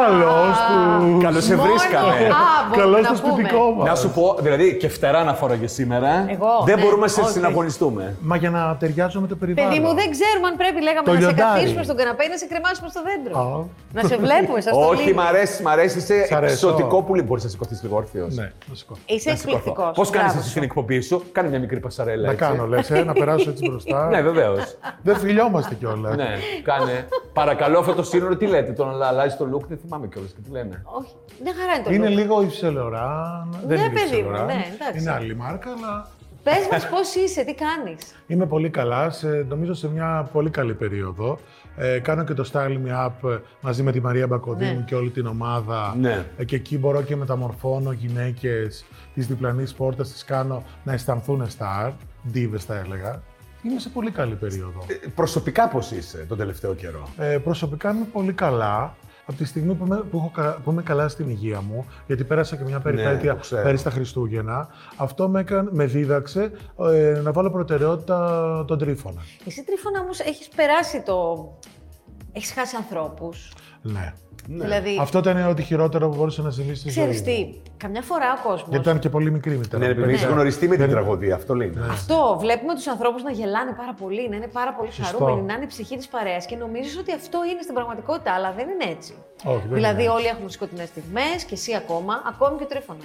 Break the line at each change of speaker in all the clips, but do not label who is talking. Καλώς του.
Καλώς σε
Μόνο
βρίσκαμε.
άμπο,
Καλώς
να
στο
πούμε.
σπιτικό μα.
Να σου πω, δηλαδή και φτερά να φοράγε σήμερα.
Εγώ,
Δεν
ναι,
μπορούμε να σε
όχι.
συναγωνιστούμε.
Μα για να ταιριάζω με το περιβάλλον.
Παιδί μου, δεν ξέρουμε αν πρέπει λέγαμε
Το
να σε
λιοντάρι.
καθίσουμε στον καναπέ ή να σε κρεμάσουμε στο δέντρο.
Α.
Να σε βλέπουμε, σας το
Όχι,
λέω.
μ' αρέσει, μ' αρέσει. Είσαι
Σ' αρέσω.
εξωτικό πουλί. Μπορείς να σηκωθείς λίγο όρθιος.
Ναι, να σηκωθώ.
Είσαι εκπληκτικός.
Πώς κάνεις εσύ την εκπομπή σου, κάνε μια μικρή πασαρέλα.
Να
έτσι.
κάνω, λες, να περάσω έτσι μπροστά.
ε. Ναι, βεβαίως.
Δεν φιλιόμαστε κιόλας.
ναι, κάνε. Παρακαλώ αυτό το σύνορο, τι λέτε, τον αλλά- αλλάζει το look, δεν θυμάμαι κιόλας τι λένε.
Όχι, μια χαρά είναι το
Είναι
είναι...
λίγο υψηλωρά.
Ναι,
δεν είναι
παιδί μου,
υψηλωρά.
ναι, εντάξει.
Είναι άλλη μάρκα, αλλά
Πες μας πώς είσαι, τι κάνεις.
είμαι πολύ καλά. Σε, νομίζω σε μια πολύ καλή περίοδο. Ε, κάνω και το Style Me Up ε, μαζί με τη Μαρία Μπακοδίνου
Ναι.
και όλη την ομάδα.
Ναι.
Ε, και εκεί μπορώ και μεταμορφώνω γυναίκες της διπλανής πόρτας, τις κάνω να αισθανθούν star, divas θα έλεγα. Είμαι σε πολύ καλή περίοδο.
Ε, Προσωπικά πώς είσαι τον τελευταίο καιρό.
Ε, προσωπικά είμαι πολύ καλά. Από τη στιγμή που, είμαι, που, έχω, κα- που είμαι καλά στην υγεία μου, γιατί πέρασα και μια περιπέτεια
Ναι, το ξέρω.
πέρυσι τα Χριστούγεννα, αυτό με, έκανε, με δίδαξε ε, να βάλω προτεραιότητα τον τρίφωνα.
Εσύ τρίφωνα όμως έχεις περάσει το... Έχεις χάσει ανθρώπους.
Ναι.
Δηλαδή,
Αυτό ήταν ό,τι χειρότερο που μπορούσε να συμβεί στη ζωή.
ξέρεις
μου.
τι, καμιά φορά ο κόσμος...
Γιατί ήταν και πολύ μικρή μητέρα.
Ναι, επειδή έχεις γνωριστεί με την τραγωδία, αυτό λέει.
Ναι.
Ε.
Αυτό. Βλέπουμε τους ανθρώπους να γελάνε πάρα πολύ, να είναι πάρα πολύ
Σωστό.
χαρούμενοι, να είναι η ψυχή της παρέας και νομίζεις ότι αυτό είναι στην πραγματικότητα, αλλά δεν είναι έτσι.
Όχι, δεν
δηλαδή,
είναι
όλοι έχουμε σκοτεινές στιγμές και εσύ ακόμα, ακόμη και ο τρίφωνα.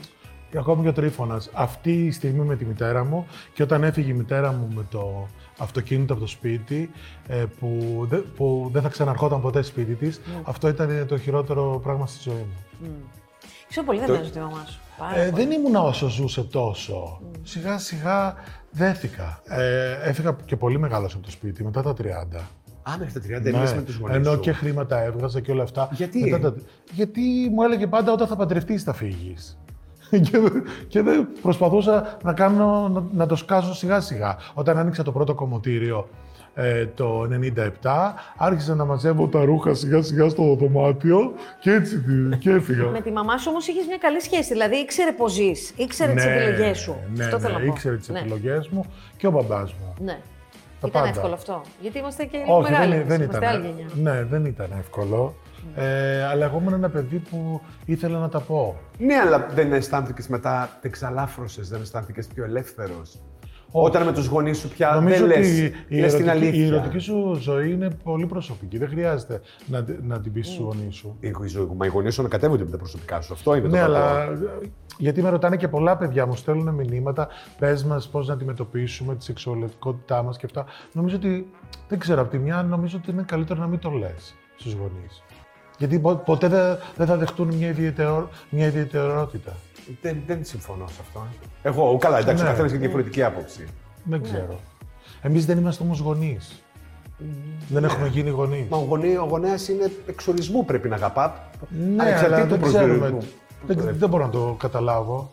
Και ακόμη και ο τρίφωνα. Αυτή η στιγμή με τη μητέρα μου και όταν έφυγε η μητέρα μου με το αυτοκίνητο από το σπίτι ε, που, δε- που δεν θα ξαναρχόταν ποτέ σπίτι της,
Ναι.
αυτό ήταν το χειρότερο πράγμα στη ζωή μου.
Ξέρω πολύ δεν παίζει τη μαμά σου. Πάρα
Ε,
πολύ.
δεν ήμουνα όσο ζούσε τόσο. Σιγά σιγά δέθηκα. Ε, έφυγα και πολύ μεγάλος από το σπίτι, μετά τα 30.
Α, μέχρι τα 30 έμεινε με τους γονείς.
Ναι. Ενώ και χρήματα έβγαζα και όλα αυτά.
Γιατί?
Μετά τα- Γιατί μου έλεγε πάντα όταν θα παντρευτείς θα φύγεις. και, και δεν προσπαθούσα να, κάνω, να, να το σκάσω σιγά σιγά. Όταν άνοιξα το πρώτο κομμωτήριο ε, το 97, άρχισα να μαζεύω τα ρούχα σιγά σιγά στο δωμάτιο και έτσι τη- και έφυγα.
Με τη μαμά σου όμως είχες μια καλή σχέση. Δηλαδή, ήξερε πώς ζεις, ήξερε τις επιλογές σου.
Ναι,
αυτό θέλω
ναι,
να πω.
ήξερε τις
ναι.
επιλογές μου και ο μπαμπάς μου.
Ναι.
Τα
Ήταν
πάντα.
εύκολο αυτό. Γιατί είμαστε και λίγο
Όχι,
μεγάλοι.
δεν,
εμείς,
δεν
είμαστε
ήταν.
άλλη γενιά.
Ναι, δεν ήταν εύκολο. Ε, αλλά εγώ ήμουν ένα παιδί που ήθελα να τα πω.
Ναι, αλλά δεν αισθάνθηκες μετά, δεν ξαλάφρωσε, δεν αισθάνθηκες πιο ελεύθερος. Όταν με τους γονείς σου πια
Νομίζω
δεν λε.
ότι η,
την
ερωτική,
αλήθεια.
η ερωτική σου ζωή είναι πολύ προσωπική. Δεν χρειάζεται να, τε- να την πεις στους γονείς σου.
Η γο- η- Μα οι γονείς σου ανακατεύονται με τα προσωπικά σου. Αυτό είναι
Ναι,
το
αλλά ε, γιατί με ρωτάνε και πολλά παιδιά μου, στέλνουν μηνύματα, πες μας πώς να αντιμετωπίσουμε τη σεξουαλικότητά μας και αυτά. Νομίζω ότι, δεν ξέρω, απ' τη μια νομίζω ότι είναι καλύτερο να μην το λες στους γονείς. Γιατί πο- ποτέ δεν δεν θα δεχτούν μια, ιδιαιτερο- μια ιδιαιτερότητα.
Δεν, δεν συμφωνώ σε αυτό. ε. Εγώ, καλά, εντάξει,
Ναι.
ο καθένας έχει διαφορετική άποψη.
Δεν ξέρω. Εμείς δεν είμαστε όμως γονείς. Δεν έχουμε γίνει γονείς.
Μα ο, γονεί, ο γονέας είναι εξορισμού πρέπει να αγαπά.
Ναι, αλλά
ανεξαρτήτου
δεν ξέρουμε.
προσδιορισμού.
Δεν, δεν μπορώ να το καταλάβω.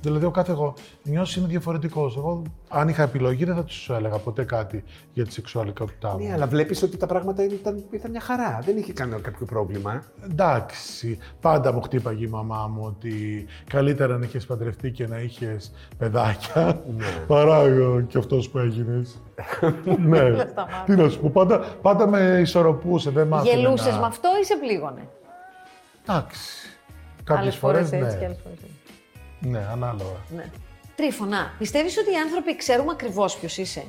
Δηλαδή, ο κάθε εγώ είναι διαφορετικός. Εγώ, αν είχα επιλογή, δεν θα τους έλεγα ποτέ κάτι για τη σεξουαλικότητά μου.
Ναι, αλλά βλέπεις ότι τα πράγματα ήταν, ήταν μια χαρά. Δεν είχε κανένα κάποιο πρόβλημα. ε.
Εντάξει, πάντα μου χτύπαγε η μαμά μου ότι καλύτερα να είχες παντρευτεί και να είχες παιδάκια. Παρά ε, και αυτός που έγινες. ναι.
σταμάτα.
Τι να σου πω, πάντα, πάντα με ισορροπούσε, δεν μ' άφηνε
Γελούσες
να-
με αυτό ή σε πλήγωνε.
Εντάξει. Κάποιες
Άλλες φορές
φορές
έτσι
ναι.
και άλλες φορές.
Ναι, ανάλογα.
Ναι. Τρίφωνα, πιστεύεις ότι οι άνθρωποι ξέρουν ακριβώς ποιος είσαι.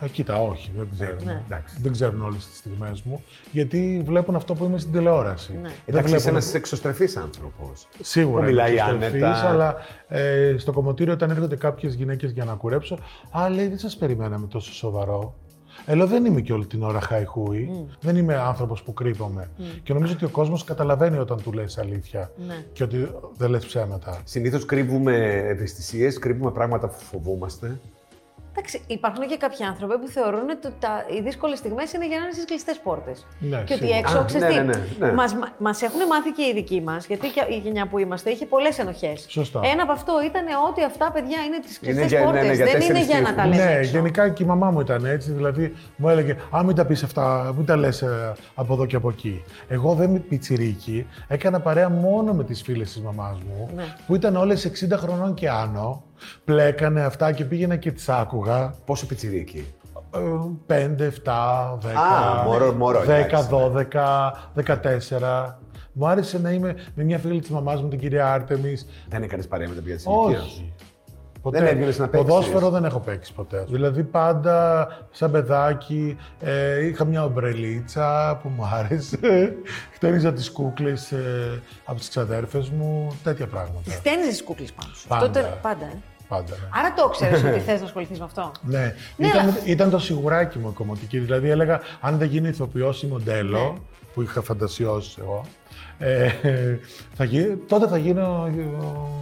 Ε, κοίτα, όχι, δεν ξέρουν.
Ναι.
Εντάξει.
Δεν ξέρουν όλες τις στιγμές μου, γιατί βλέπουν αυτό που είμαι στην τηλεόραση. Ε,
Ναι.
Δεν
Εντάξει, είσαι
βλέπουν-
ένας εξωστρεφής άνθρωπος.
Σίγουρα.
Που μιλάει
είναι εξωστρεφής,
άνετα.
Αλλά ε, στο κομμωτήριο, όταν έρχονται κάποιες γυναίκες για να κουρέψω, Α, λέει, δεν σας περιμέναμε τόσο σοβαρό. Ελώ δεν είμαι και όλη την ώρα χαϊχούι.
Mm.
Δεν είμαι άνθρωπος που κρύβομαι. Και νομίζω ότι ο κόσμος καταλαβαίνει όταν του λες αλήθεια.
Ναι.
Και ότι δεν λες ψέματα.
Συνήθως κρύβουμε ευαισθησίες, κρύβουμε πράγματα που φοβούμαστε.
Εντάξει, υπάρχουν και κάποιοι άνθρωποι που θεωρούν ότι τα, οι δύσκολες στιγμές είναι για να είναι στι κλειστές πόρτες.
Ναι,
και ότι
σίγουρα.
έξω,
Α,
ξέρεις
ναι,
τι.
ναι, ναι, ναι.
Μας, μας έχουν μάθει και οι δικοί μας, γιατί και η γενιά που είμαστε είχε πολλές ενοχές.
Σωστά.
Ένα από αυτό ήταν ότι αυτά παιδιά είναι τις
Είναι
κλειστές
για- ναι,
πόρτε.
ναι, για
Δεν είναι
τέσσερις
για να τα
τείχους.
λέμε.
Ναι,
έξω.
γενικά και η μαμά μου ήταν έτσι. Δηλαδή μου έλεγε Α, μην τα πεις αυτά, μην τα λες από εδώ και από εκεί. Εγώ δεν είμαι πιτσιρίκι. Έκανα παρέα μόνο με τις φίλες της μαμάς μου,
Ναι.
που ήταν όλες 60 χρονών και άνω. Πλέκανε αυτά και πήγαινα και τις άκουγα. ε,
Πόσο πιτσιρίκι.
5, 7, 10,
Α, μωρό, μωρό, εντάξει,
10, 12, 14. Μου άρεσε να είμαι με μια φίλη της μαμάς μου, την κυρία Άρτεμις.
Δεν έκανες παρέα με τα παιδιά της ηλικία.
Όχι. Ποτέ.
Δεν έβγαινες να παίξεις.
Ποδόσφαιρο δεν έχω παίξει ποτέ. Δηλαδή πάντα σαν παιδάκι ε, είχα μια ομπρελίτσα που μου άρεσε. Χτένιζα τις κούκλες ε, από τις ξαδέρφες μου. Τέτοια πράγματα.
Χτένιζε κούκλε πάνω σου.
Ναι. Πάντα.
Αυτό ήταν- πάντα. ε.
πάντα. ναι.
Άρα το ξέρεις ότι θες να ασχοληθείς με αυτό.
Ναι,
Ναι,
ήταν,
αλλά-
ήταν το σιγουράκι μου η κομμωτική. Δηλαδή έλεγα, αν δεν γίνει ηθοποιός ή μοντέλο,
Ναι.
που είχα φαντασιώσει εγώ, ε, θα γι- τότε θα γίνω ε,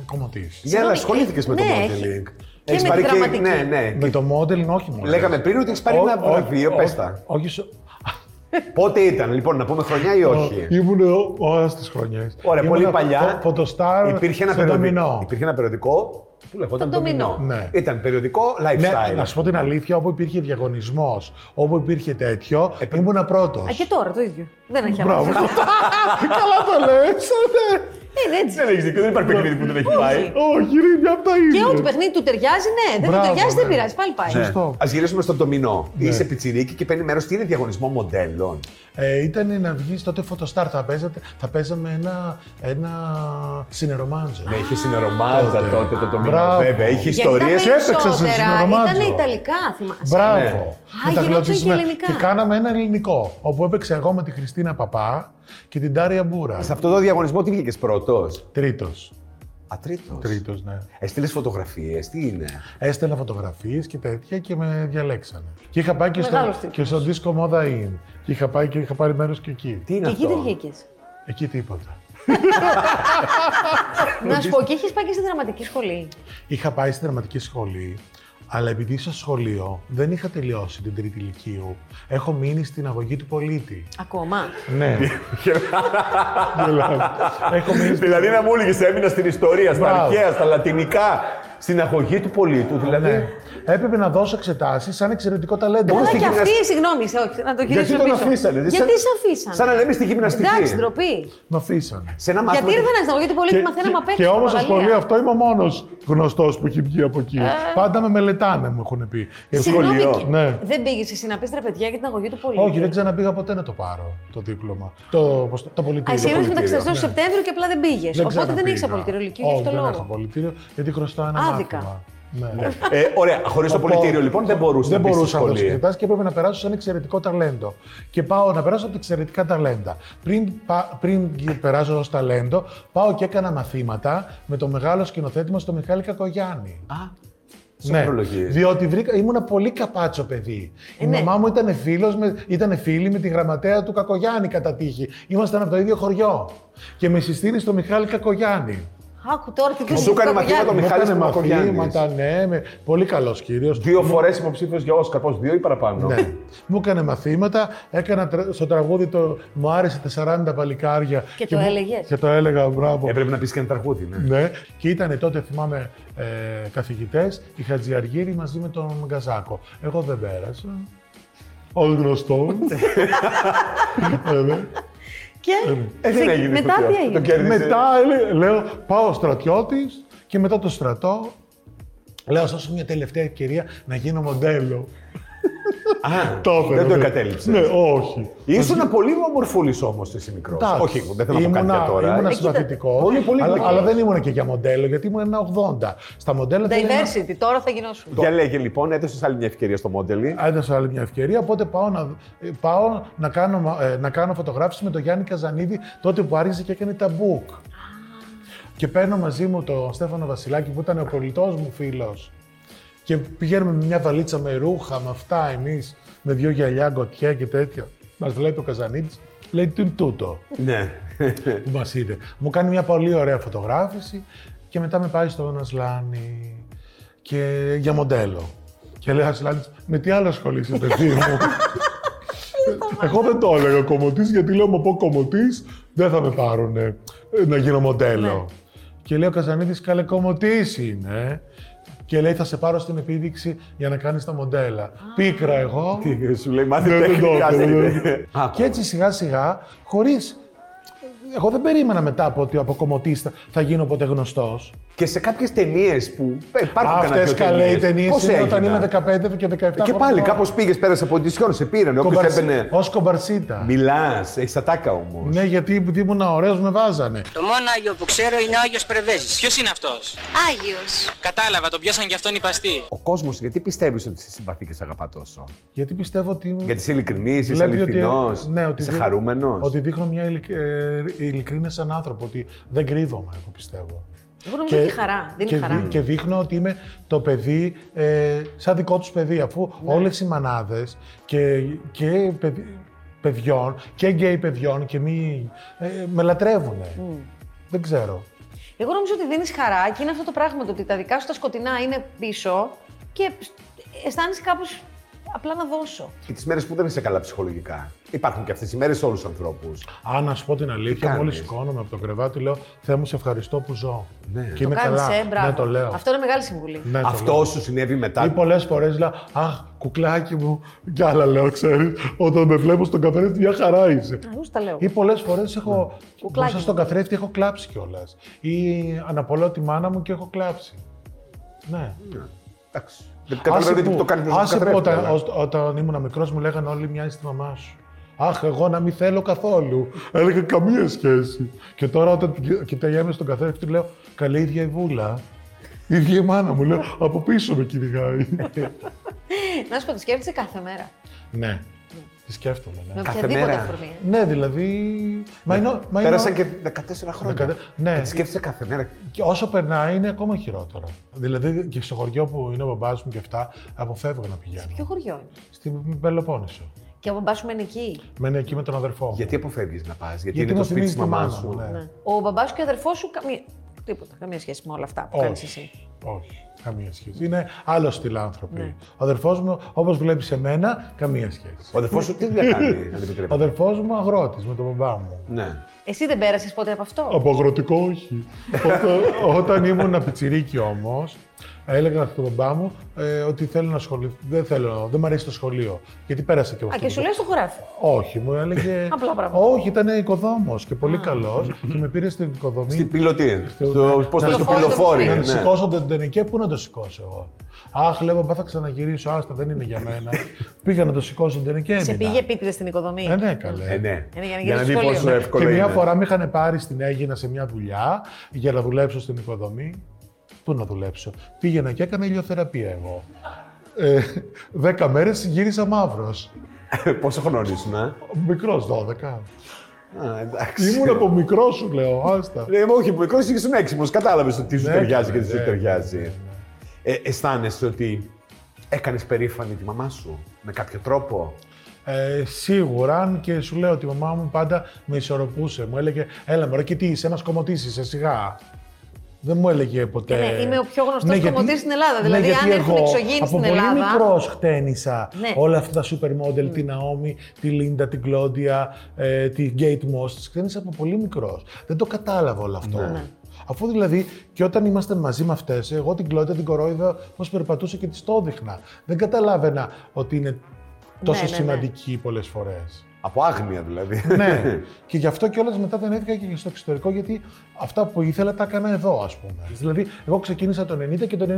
κομμωτής.
Για να
Συγγνώμη,
ασχολήθηκες με το
ναι,
modeling.
και με τη δραματική.
Ναι, ναι.
Με το modeling όχι μόνο.
Λέγαμε πριν ότι έχεις πάρει ένα βραβείο, πες τα.
Όχι, σο-
Πότε ήταν, λοιπόν, να πούμε χρονιά ή όχι.
ήμουν ο- όλες τις χρονιές.
Ωραία,
Ήμουν
πολύ παλιά.
φω- Φωτοστάρ
Υπήρχε ένα,
στο
περιοδικό,
ντομινό.
υπήρχε ένα περιοδικό που λεγόταν
Το ντομινό.
Ναι.
Ήταν περιοδικό
Ναι,
lifestyle.
να σου πω την αλήθεια, όπου υπήρχε διαγωνισμός, όπου υπήρχε τέτοιο,
Επί-
ήμουνα πρώτος.
Α, Ε, και τώρα το ίδιο. Δεν έχει
Μπράβο.
αλλάξει.
Καλά το λες, ναι.
Είναι έτσι.
Δεν έχεις δίκιο, δεν υπάρχει παιχνίδι που δεν έχει πάει.
Όχι, είναι μια από τα ίδια.
Και ό,τι παιχνίδι του ταιριάζει, ναι. Δεν του
Μπράβο,
ταιριάζει, δεν
ναι.
πειράζει. Πάλι πάει.
Ναι. Σωστό.
Ας γυρίσουμε στο ντομινό. Είσαι πιτσιρίκι και παίρνει μέρος. Τι είναι διαγωνισμό μοντέλων.
Ε, ήταν να βγεις τότε φωτοστάρ. Θα, παίζατε, θα παίζαμε ένα, ένα συνερομάντζο.
Ναι, είχε συνερομάζα
Τότε.
τότε το ντομινό.
Μπράβο.
Βέβαια, είχε
Γιατί τα
ιστορίε.
έπαιξα σε
περισσότερα
συνορομάτζο.
ήταν ιταλικά, θυμάσαι.
Μπράβο.
Α,
Ναι.
γινόταν και
Μεταγλωτιστούμε.
ελληνικά.
Και κάναμε ένα ελληνικό. Όπου έπαιξα εγώ με τη Χριστίνα Παπά και την Τάρια Μπούρα.
Σε αυτό το διαγωνισμό τι βγήκες πρώτος.
Τρίτος.
Α, τρίτο.
Τρίτο, ναι.
Έστειλες φωτογραφίες, τι είναι.
Έστελνα φωτογραφίες και τέτοια και με διαλέξανε. Και είχα πάει και, στο,
Μεγάλος τίτλος.
και στο δίσκο Μόδα In. Και είχα πάει και είχα πάρει μέρος και εκεί.
Τι είναι
Και εκεί
αυτό.
δεν βγήκες.
Εκεί τίποτα.
Να σου πω, και έχει πάει και στη δραματική σχολή.
Είχα πάει στη δραματική σχολή, αλλά επειδή στο σχολείο δεν είχα τελειώσει την τρίτη ηλικίου, έχω μείνει στην αγωγή του πολίτη.
Ακόμα.
Ναι. Γελάω. έχω μείνει στην...
Δηλαδή να μου έλεγες, έμεινα στην ιστορία, στα
Μπράβο.
αρχαία, στα λατινικά, στην αγωγή του πολίτου.
ναι.
Δηλαδή.
Έπρεπε να δώσω εξετάσεις σαν εξαιρετικό ταλέντο.
Καλά
Αλλά
στη
και
γυμνασ-
αυτή, συγγνώμη, σε- όχι, να το
Γιατί
γυρίσω
τον
πίσω.
αφήσανε. δηλαδή,
Γιατί σε
σαν-
αφήσανε.
Σαν να λέμε στη
Εντάξει,
γυμναστική.
ντροπή.
Με αφήσανε.
Σε ένα μάθημα.
Γιατί ήρθανε στην αγωγή του πολίτη, μαθαίναμε απ'
και,
έξω.
και όμω
στα
στο σχολείο
βαγαλεία.
αυτό είμαι ο μόνος γνωστός που έχει βγει από εκεί. Πάντα με μελετάνε, μου έχουν πει.
Ε. Συγγνώμη,
σχολείο.
και-
Ναι.
δεν πήγε εσύ να πεις τα παιδιά για την αγωγή του πολίτη.
Όχι, δεν ξαναπήγα ποτέ να το πάρω το δίπλωμα. Το, πώς το- το
Α,
πολιτήριο.
εσύ
Το Ναι.
ήρθε
πολιτήριο.
μεταξύ του Σεπτέμβριου και απλά δεν πήγες. Οπότε δεν
ξαναπήγα.
έχεις απολυτήριο ηλικίου, γι'
Όχι,
αυτό
δεν έχω
λόγο.
απολυτήριο, γιατί χρωστάω ένα
Άδικα.
μάθημα. Ναι.
Ε, ωραία, χωρίς το πολιτήριο λοιπόν δεν μπορούσες
δεν
να μπεις στη
μπορούσα να δώσω
σχολή.
εξετάσει και έπρεπε να περάσω σε ένα εξαιρετικό ταλέντο. Και πάω να περάσω από τα εξαιρετικά ταλέντα. Πριν, πα- πριν περάσω ως ταλέντο, πάω και έκανα μαθήματα με τον μεγάλο σκηνοθέτη μα, τον Μιχάλη Κακογιάννη. Ναι,
σε προλογίες.
διότι βρήκα, ήμουνα πολύ καπάτσο παιδί.
Ε,
Η
ναι.
μαμά μου ήταν, φίλος με, ήταν φίλη με τη γραμματέα του Κακογιάννη κατά τύχη. Ήμασταν από το ίδιο χωριό. Και με συστήνει στο Μιχάλη Κακογιάννη.
Άκου τώρα τι
Σου έκανε μαθήματα
Κακογιάννη.
ο
Μου
Μιχάλης
έκανε
Κακογιάννης.
μαθήματα, ναι, με, πολύ καλός κύριος.
Δύο φορές υποψήφιος για Όσκαρ, πώς δύο ή παραπάνω.
Ναι. Μου έκανε μαθήματα, έκανα τρα- στο τραγούδι το «Μου άρεσε τα 40 παλικάρια».
Και το
μου-
έλεγες.
Και το έλεγα, μπράβο.
Έπρεπε να πεις και ένα τραγούδι, ναι.
Ναι. Και ήταν τότε, θυμάμαι, ε, καθηγητές, η Χατζιαργύρη μαζί με τον Καζάκο. Εγώ δεν πέρασα. Ω γνωστό. Ε, ναι.
Και
Ε, δεν
σε-
έγινε
μετά
στο
τι
πιο-
έγινε.
Το κέρδισε.
μετά έλε- λέω, πάω στρατιώτης και μετά το στρατό λέω, «Ας δώσω μια τελευταία ευκαιρία να γίνω μοντέλο.
Α,
Το έπαιρνα,
δεν το
ναι.
εγκατέλειψε.
Ναι, όχι.
Ήσουν πολύ ομορφούλης όμως εσύ μικρό.
Εντάξει.
Όχι, δεν θέλω να πω κάτι
Ήμουνα-
για τώρα.
Ήμουνα
ε.
κοίτα,
συμπαθητικό.
πολύ, πολύ
αλλά,
μικρός.
αλλά, δεν ήμουνα και για μοντέλο, γιατί ήμουν ένα 80. Στα μοντέλα θέλει να-
Diversity, τώρα θα γινώσουν.
Για λέγε λοιπόν, έδωσες άλλη μια ευκαιρία στο μόντελι.
Έδωσα άλλη μια ευκαιρία, οπότε πάω να, ε, πάω να κάνω, μα- ε, να κάνω φωτογράφηση με τον Γιάννη Καζανίδη τότε που άρχισε και έκανε τα book. Και παίρνω μαζί μου τον Στέφανο Βασιλάκη που ήταν ο κολλητός μου φίλος και πηγαίνουμε με μια βαλίτσα με ρούχα, με αυτά εμείς, με δύο γυαλιά, γκοτιά και τέτοια. Μας βλέπει ο Καζανίδης, λέει τι είναι τούτο.
Ναι.
που μας είδε. Μου κάνει μια πολύ ωραία φωτογράφηση και μετά με πάει στον Ασλάνη και για μοντέλο. Και λέει Ασλάνης, με τι άλλο ασχολείσαι, παιδί μου. Εγώ δεν το έλεγα κομμωτής, γιατί λέω, μου πω κομμωτής, δεν θα με πάρουνε ε, να γίνω μοντέλο. Και λέει ο Καζανίδη, καλέ κομμωτής είναι. Και λέει, θα σε πάρω στην επίδειξη για να κάνεις τα μοντέλα. Πίκρα εγώ.
Σου λέει μάθει
Ναι, δεν το
τέχνη,
έκανα,
άσε,
ναι.
είναι. Άκου.
Και έτσι σιγά σιγά, χωρίς εγώ δεν περίμενα μετά από ότι από κομμωτής θα γίνω ποτέ γνωστός.
Και σε κάποιες ταινίες που. ε, Υπάρχουν κανένα
Αυτέ
δυο
καλέ οι ταινίες
Πώς
είναι όταν
έγινα? Ε,
ήμουν 15 και 17.
Και πάλι κάπως πήγες, πέρασε από τις χώρες, σε πήραν. Όποιο έμπαινε.
Ω κομπαρσίτα.
Μιλάς, έχεις ατάκα όμως.
Ναι, γιατί ήμουν ωραίος, με βάζανε.
Το μόνο Άγιο που ξέρω είναι ο Άγιος Πρεβέζης.
Ποιος είναι αυτός.
Άγιος.
Κατάλαβα, τον πιάσαν και αυτόν οι παστοί.
Ο κόσμος, γιατί πιστεύεις ότι σε συμπαθεί και σε αγαπά τόσο.
Γιατί πιστεύω ότι.
Γιατί είσαι ειλικρινή, είσαι
βλέπει Ναι. ότι-
αληθινός,
ναι, ότι
είσαι
δείχνω-
χαρούμενος.
Ότι δείχνω μια ειλικ- ε, ειλικρίνεια σαν άνθρωπο, ότι δεν κρύβομαι, εγώ πιστεύω.
Εγώ νομίζω ότι χαρά. Δίνει
και,
χαρά.
δει- και δείχνω ότι είμαι το παιδί ε, σαν δικό τους παιδί, αφού
Ναι.
όλες οι μανάδες και, και παιδι- παιδιών και γκέι παιδιών και μη. Ε, με λατρεύουν. Δεν ξέρω.
Εγώ νομίζω ότι δίνεις χαρά και είναι αυτό το πράγμα το ότι τα δικά σου τα σκοτεινά είναι πίσω και αισθάνεσαι κάπως απλά να δώσω.
Και τις μέρες που δεν είσαι καλά ψυχολογικά. Υπάρχουν και αυτές οι μέρες σε όλους τους ανθρώπους.
Αν να σου πω την αλήθεια,
κάνεις?
μόλις σηκώνομαι από το κρεβάτι, λέω Θεέ μου, σε ευχαριστώ που ζω.
Ναι.
Και είμαι
Κάνεις,
καλά.
ε, μπράβο.
ναι, το λέω.
Αυτό είναι μεγάλη συμβουλή.
Ναι, το λέω. Λοιπόν,
Αυτό σου συνέβη μετά.
Ή πολλές φορές λέω Αχ, κουκλάκι μου. Κι άλλα λέω, ξέρεις. Όταν με βλέπω στον καθρέφτη, μια χαρά είσαι.
Εγώ σου τα λέω.
Ή πολλές φορές έχω.
Ναι.
Κουκλάκι
Μέσα
μου.
στον καθρέφτη έχω κλάψει κιόλας. Ή αναπολώ τη μάνα μου και έχω κλάψει. Ναι.
Εντάξει. Δεν καταλαβαίνω γιατί
που-
το κάνει
άσε που όταν, ως- όταν ήμουν μικρός μου λέγανε όλοι μοιάζει τη μαμά σου. Αχ, εγώ να μην θέλω καθόλου. Έλεγα καμία σχέση. Και τώρα όταν κοι- κοιτάμε στον καθρέφτη, λέω Καλή ίδια η βούλα. Η ίδια η μάνα μου, λέω από πίσω με κυνηγάει.
Να σου πω, το σκέφτεσαι κάθε μέρα.
ναι, τη σκέφτομαι. Ναι.
Με
Κάθε
οποιαδήποτε
μέρα.
αφορμή.
Ναι, δηλαδή. Μα είναι, μα είναι-
Ναι. Πέρασαν και 14 χρόνια.
Δεκατε- ναι.
Και τη σκέφτεσαι κάθε μέρα.
και όσο περνάει είναι ακόμα χειρότερο. Δηλαδή και στο χωριό που είναι ο μπαμπάς μου και αυτά, αποφεύγω να πηγαίνω.
Ποιο χωριό είναι.
Στην Πελοπόννησο.
Και ο μπαμπάς σου μένει εκεί.
Μένω εκεί με τον αδερφό μου.
Γιατί αποφεύγεις να πας, Γιατί,
Γιατί
είναι το
μου
σπίτι τη
θυμίζει της
μαμάς
μάνα
σου.
μου, ναι.
Ναι. Ο μπαμπάς σου και ο αδερφός σου καμία. Τίποτα. Καμία σχέση με όλα αυτά που κάνεις εσύ.
Όχι. Όχι. Καμία
Ναι.
σχέση. Είναι άλλο στυλ άνθρωποι. Ο αδερφός μου, όπως βλέπεις εμένα, καμία σχέση.
Ο αδερφός σου τι δουλειά κάνει, αν επιτρέπετε.
Ο αδερφός μου αγρότης με τον μπαμπά μου.
Ναι.
Εσύ δεν πέρασες ποτέ από αυτό.
Από αγροτικό, όχι. όταν, όταν ήμουν πιτσιρίκι όμως, έλεγα στον μπαμπά μου ε, ότι θέλω να ασχοληθώ. Δεν θέλω, δεν μου αρέσει το σχολείο. Γιατί πέρασε και εγώ
Α,
αυτό
και
το
σου λέει στο χωράφι.
Όχι, μου έλεγε.
Απλά πράγματα.
Όχι, ήταν οικοδόμος και πολύ καλός και με πήρε στην οικοδομή.
Στην πιλωτή. Στο- Πώς
Να
το στο
σου πω-
πυλοφόρι.
Να
ναι.
σηκώσω τον τενεκέ, πού να το σηκώσω εγώ. Αχ, λέω, μπα θα ξαναγυρίσω, άστα δεν είναι για μένα. Πήγα να το σηκώσω τον τενεκέ.
Σε πήγε επίτηδες στην οικοδομή.
Ε, ναι, καλέ.
Ε, ναι.
Ε, ναι, για να
Για να
γυρίσεις σχολείο.
δει πόσο
Ναι.
εύκολο
Και μια
είναι.
φορά με είχαν πάρει στην Έγινα σε μια δουλειά για να δουλέψω στην οικοδομή. Πού να δουλέψω. Πήγαινα και έκανα ηλιοθεραπεία εγώ. Ε, δέκα μέρες γύρισα μαύρος.
Πόσο χρόνο ήσουν, α?
Μικρό 12.
Α, εντάξει.
Ήμουν από μικρό σου, λέω. Άστα.
Ναι, όχι, μικρό ήσουν έξυπνος. Κατάλαβες ότι τι σου
Ναι,
ταιριάζει και τι
ναι,
σου
ναι, ναι,
ταιριάζει.
ναι.
Ε, αισθάνεσαι ότι έκανες περήφανη τη μαμά σου με κάποιο τρόπο.
Ε, σίγουρα, αν και σου λέω ότι η μαμά μου πάντα με ισορροπούσε. Μου έλεγε, έλα μωρέ, και τι είσαι, ένας κομμωτής είσαι, σιγά. Δεν μου έλεγε ποτέ.
Ε, ναι, είμαι ο πιο γνωστός
γιατί- ναι,
κομμωτής στην Ελλάδα. Δηλαδή,
γιατί
αν έρθουν
εγώ
εξωγήινοι στην
Από πολύ
Ελλάδα-
μικρός χτένισα
Ναι.
όλα αυτά τα σούπερ μόντελ, τη Ναόμι, τη Λίντα, την Κλόντια, ε, τη Γκέιτ Μος, τις χτένισα από πολύ μικρός. Δεν το κατάλαβα όλο αυτό.
Ναι.
Αφού δηλαδή και όταν είμαστε μαζί με αυτές, εγώ την Κλόντια την κορόιδα πώ περπατούσα και τη το έδειχνα. Δεν καταλάβαινα ότι είναι τόσο
ναι, ναι.
σημαντική πολλές φορές.
Από άγνοια δηλαδή.
ναι. Και γι' αυτό κιόλας μετά δεν έφυγα και στο εξωτερικό, γιατί αυτά που ήθελα τα έκανα εδώ, ας πούμε. Δηλαδή, εγώ ξεκίνησα το 90 και το 94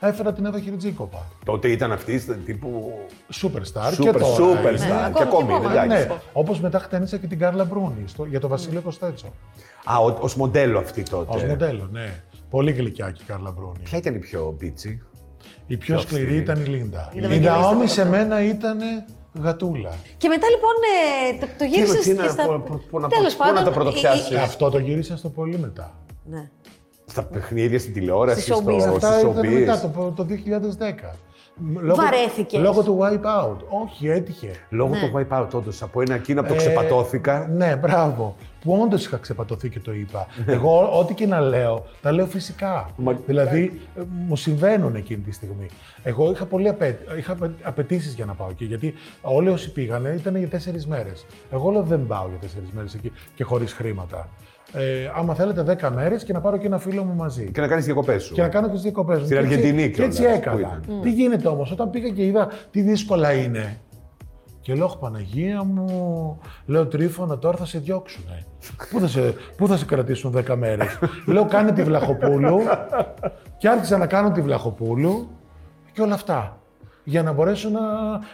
έφερα την Εύα Χιριτζίκοπα.
Τότε ήταν αυτή ήταν τύπου.
Superstar και
Σούπερ,
τώρα.
σούπερ
είναι.
στάρ. Και
Ναι, Ακόμα,
ακόμη είναι,
ακόμα,
εντάξει.
Ναι, όπως μετά χτένισα και την Κάρλα Μπρούνι στο, για τον Βασίλειο Κοστέτσο.
Α, ως μοντέλο αυτή τότε.
Ως μοντέλο, ναι. Πολύ γλυκιά και η Κάρλα Μπρούνι.
Ποια ήταν η πιο μπίτσι.
Η πιο σκληρή
αυστηρή.
ήταν η Λίντα.
Λίντα
Η
με γυρίσατε
Ναόμι
από
σε μένα ήταν γατούλα.
Και μετά λοιπόν ε, το, το γύρισε
τι
και
να-
στα.
πού- πού- πού να-
Τέλος ε,
πού να τα πρωτοπιάσεις.
η-
Και
η-
αυτό το γύρισα στο πολύ μετά.
Ναι.
Στα παιχνίδια, στην τηλεόραση,
Στις
στο
showbiz.
στις
Αυτά ήταν
showbiz.
μετά το, το 2010. Λόγω,
Βαρέθηκες.
Λόγω του wipeout. Όχι, έτυχε.
Λόγω του
Ναι.
wipeout, όντως από ένα εκείνο που το ξεπατώθηκα.
Ε, Ναι, μπράβο. Που όντως είχα ξεπατωθεί και το είπα. Εγώ, ό,τι και να λέω, τα λέω φυσικά.
Ναι. Μα-
δηλαδή, ε, μου συμβαίνουν εκείνη τη στιγμή. Εγώ είχα, πολύ απαι... είχα απαιτήσεις για να πάω εκεί. Γιατί όλοι όσοι πήγανε ήταν για τέσσερις μέρες. Εγώ λέω δεν πάω για τέσσερις μέρες εκεί και χωρίς χρήματα. Ε, άμα θέλετε, δέκα μέρες και να πάρω και ένα φίλο μου μαζί.
Και να κάνεις διακοπές σου.
Και να κάνω τις διακοπές μου.
Στην
Και έτσι-
Αργεντινή
Και έτσι
κιόλας, που
έκανα.
ήταν.
Τι γίνεται όμως, όταν πήγα και είδα τι δύσκολα είναι. Και λέω, «Αχ, Παναγία μου, λέω τρίφωνα, τώρα θα σε διώξουνε. Πού θα σε, πού θα σε κρατήσουν 10 μέρες. λέω, κάνε τη Βλαχοπούλου και άρχισα να κάνω τη Βλαχοπούλου και όλα αυτά. Για να μπορέσω να,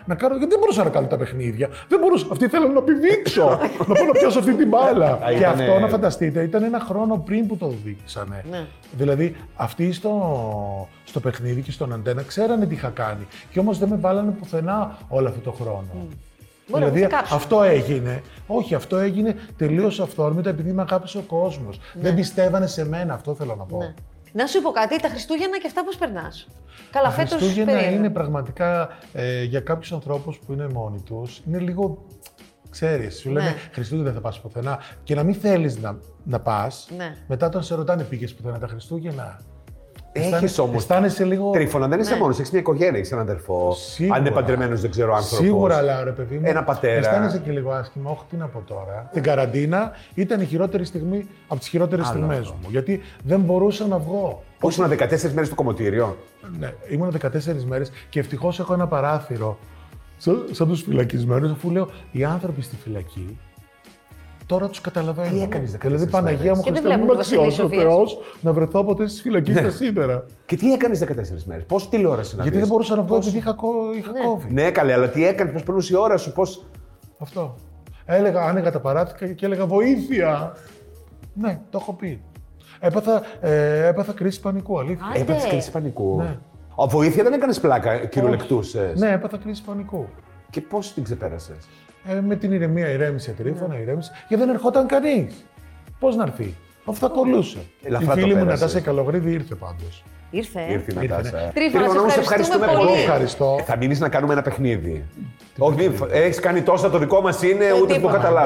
να κάνω. Γιατί δεν μπορούσα να κάνω τα παιχνίδια. Δεν μπορούσα. Αυτή θέλω να πηδήξω. να πάω να πιάσω αυτή την μπάλα.
Α,
και
ήτανε-
αυτό, να φανταστείτε, ήταν ένα χρόνο πριν που το δείξανε.
Ναι.
Δηλαδή, αυτοί στο, στο παιχνίδι και στον αντένα ξέρανε τι είχα κάνει. Και όμως δεν με βάλανε πουθενά όλο αυτό το χρόνο.
Μπορεί να σε
Δηλαδή,
κάψουν.
αυτό έγινε. Όχι, αυτό έγινε τελείως αυθόρμητα επειδή με αγάπησε ο κόσμος. Δεν πιστεύανε σε μένα, αυτό θέλω να πω.
Ναι. Να σου πω κάτι, τα Χριστούγεννα και αυτά πώς περνάς. Καλά,
Τα
φέτος.
Χριστούγεννα είναι πραγματικά ε, για κάποιους ανθρώπους που είναι μόνοι τους, είναι λίγο. Ξέρεις, σου λένε
Ναι.
Χριστούγεννα δεν θα πας πουθενά. Και να μην θέλεις να, να πας,
Ναι.
μετά όταν σε ρωτάνε πήγες πουθενά τα Χριστούγεννα.
Έχεις
Αισθάνεσαι-
όμως
Αισθάνεσαι λίγο.
Τρίφωνα, δεν είσαι
Ναι.
μόνος, μόνο, έχεις μια οικογένεια, έχεις έναν αδερφό.
Σίγουρα.
Αν είναι παντρεμένος, δεν ξέρω άνθρωπος.
Σίγουρα, αλλά ρε παιδί μου.
Ένα πατέρα.
Αισθάνεσαι και λίγο άσχημα. Όχι, τι να πω τώρα. Την καραντίνα ήταν η χειρότερη στιγμή από τις χειρότερες
Άλλο
στιγμές
αυτό.
μου. Γιατί δεν μπορούσα να βγω.
Πώς ήμουν 14 μέρες στο κομμωτήριο.
Ναι, ήμουν 14 μέρες και ευτυχώς έχω ένα παράθυρο. Σαν, σαν τους φυλακισμένους, αφού λέω οι άνθρωποι στη φυλακή τώρα τους καταλαβαίνω.
Τι έκανες 14
Δηλαδή, Παναγία
μέρες?
μου,
Και δεν
Χριστέ μου,
βλέπουν
με
τη Βασιλική
αξιώσει ο
Σοφία.
Θεός να βρεθώ από αυτέ τι φυλακέ
Ναι.
τα σήμερα.
Και τι έκανες 14 μέρε, πώ τηλεόραση να
Γιατί
δεις?
δεν μπορούσα να βγω επειδή είχα, κο- είχα COVID.
Ναι, καλέ, αλλά τι έκανες, πώς περνούσε η ώρα σου, πώς.
Αυτό. Έλεγα, άνοιγα τα παράθυρα και έλεγα βοήθεια. Ναι, το έχω πει. Έπαθα, ε, έπαθα κρίση πανικού, αλήθεια.
Άντε.
Έπαθες κρίση πανικού.
Ναι.
Α, βοήθεια δεν έκανες πλάκα, κυριολεκτούσε.
Ναι, έπαθα κρίση πανικού.
Και πώς την ξεπέρασες.
Ε, με την ηρεμία ηρέμησε
Ναι.
τρίφωνα, ηρέμησε. Γιατί δεν ερχόταν κανείς. Πώς να έρθει. Αυτό θα κολούσε. Η
Ελαφρά το
φίλη μου
πέρασες.
Νατάσα Καλογρίδη ήρθε πάντως.
Ήρθε. ε.
Ήρθε η
Ήρθε,
Νατάσα.
ναι.
ε.
Τρίφωνα, σε
μου,
ευχαριστούμε
Εγώ
πολύ.
ευχαριστώ.
Ε, Θα μείνεις να κάνουμε ένα παιχνίδι. Όχι, έχεις κάνει τόσα, το δικό μας είναι,
Το
ούτε που το
τίποτα.
καταλάβεις.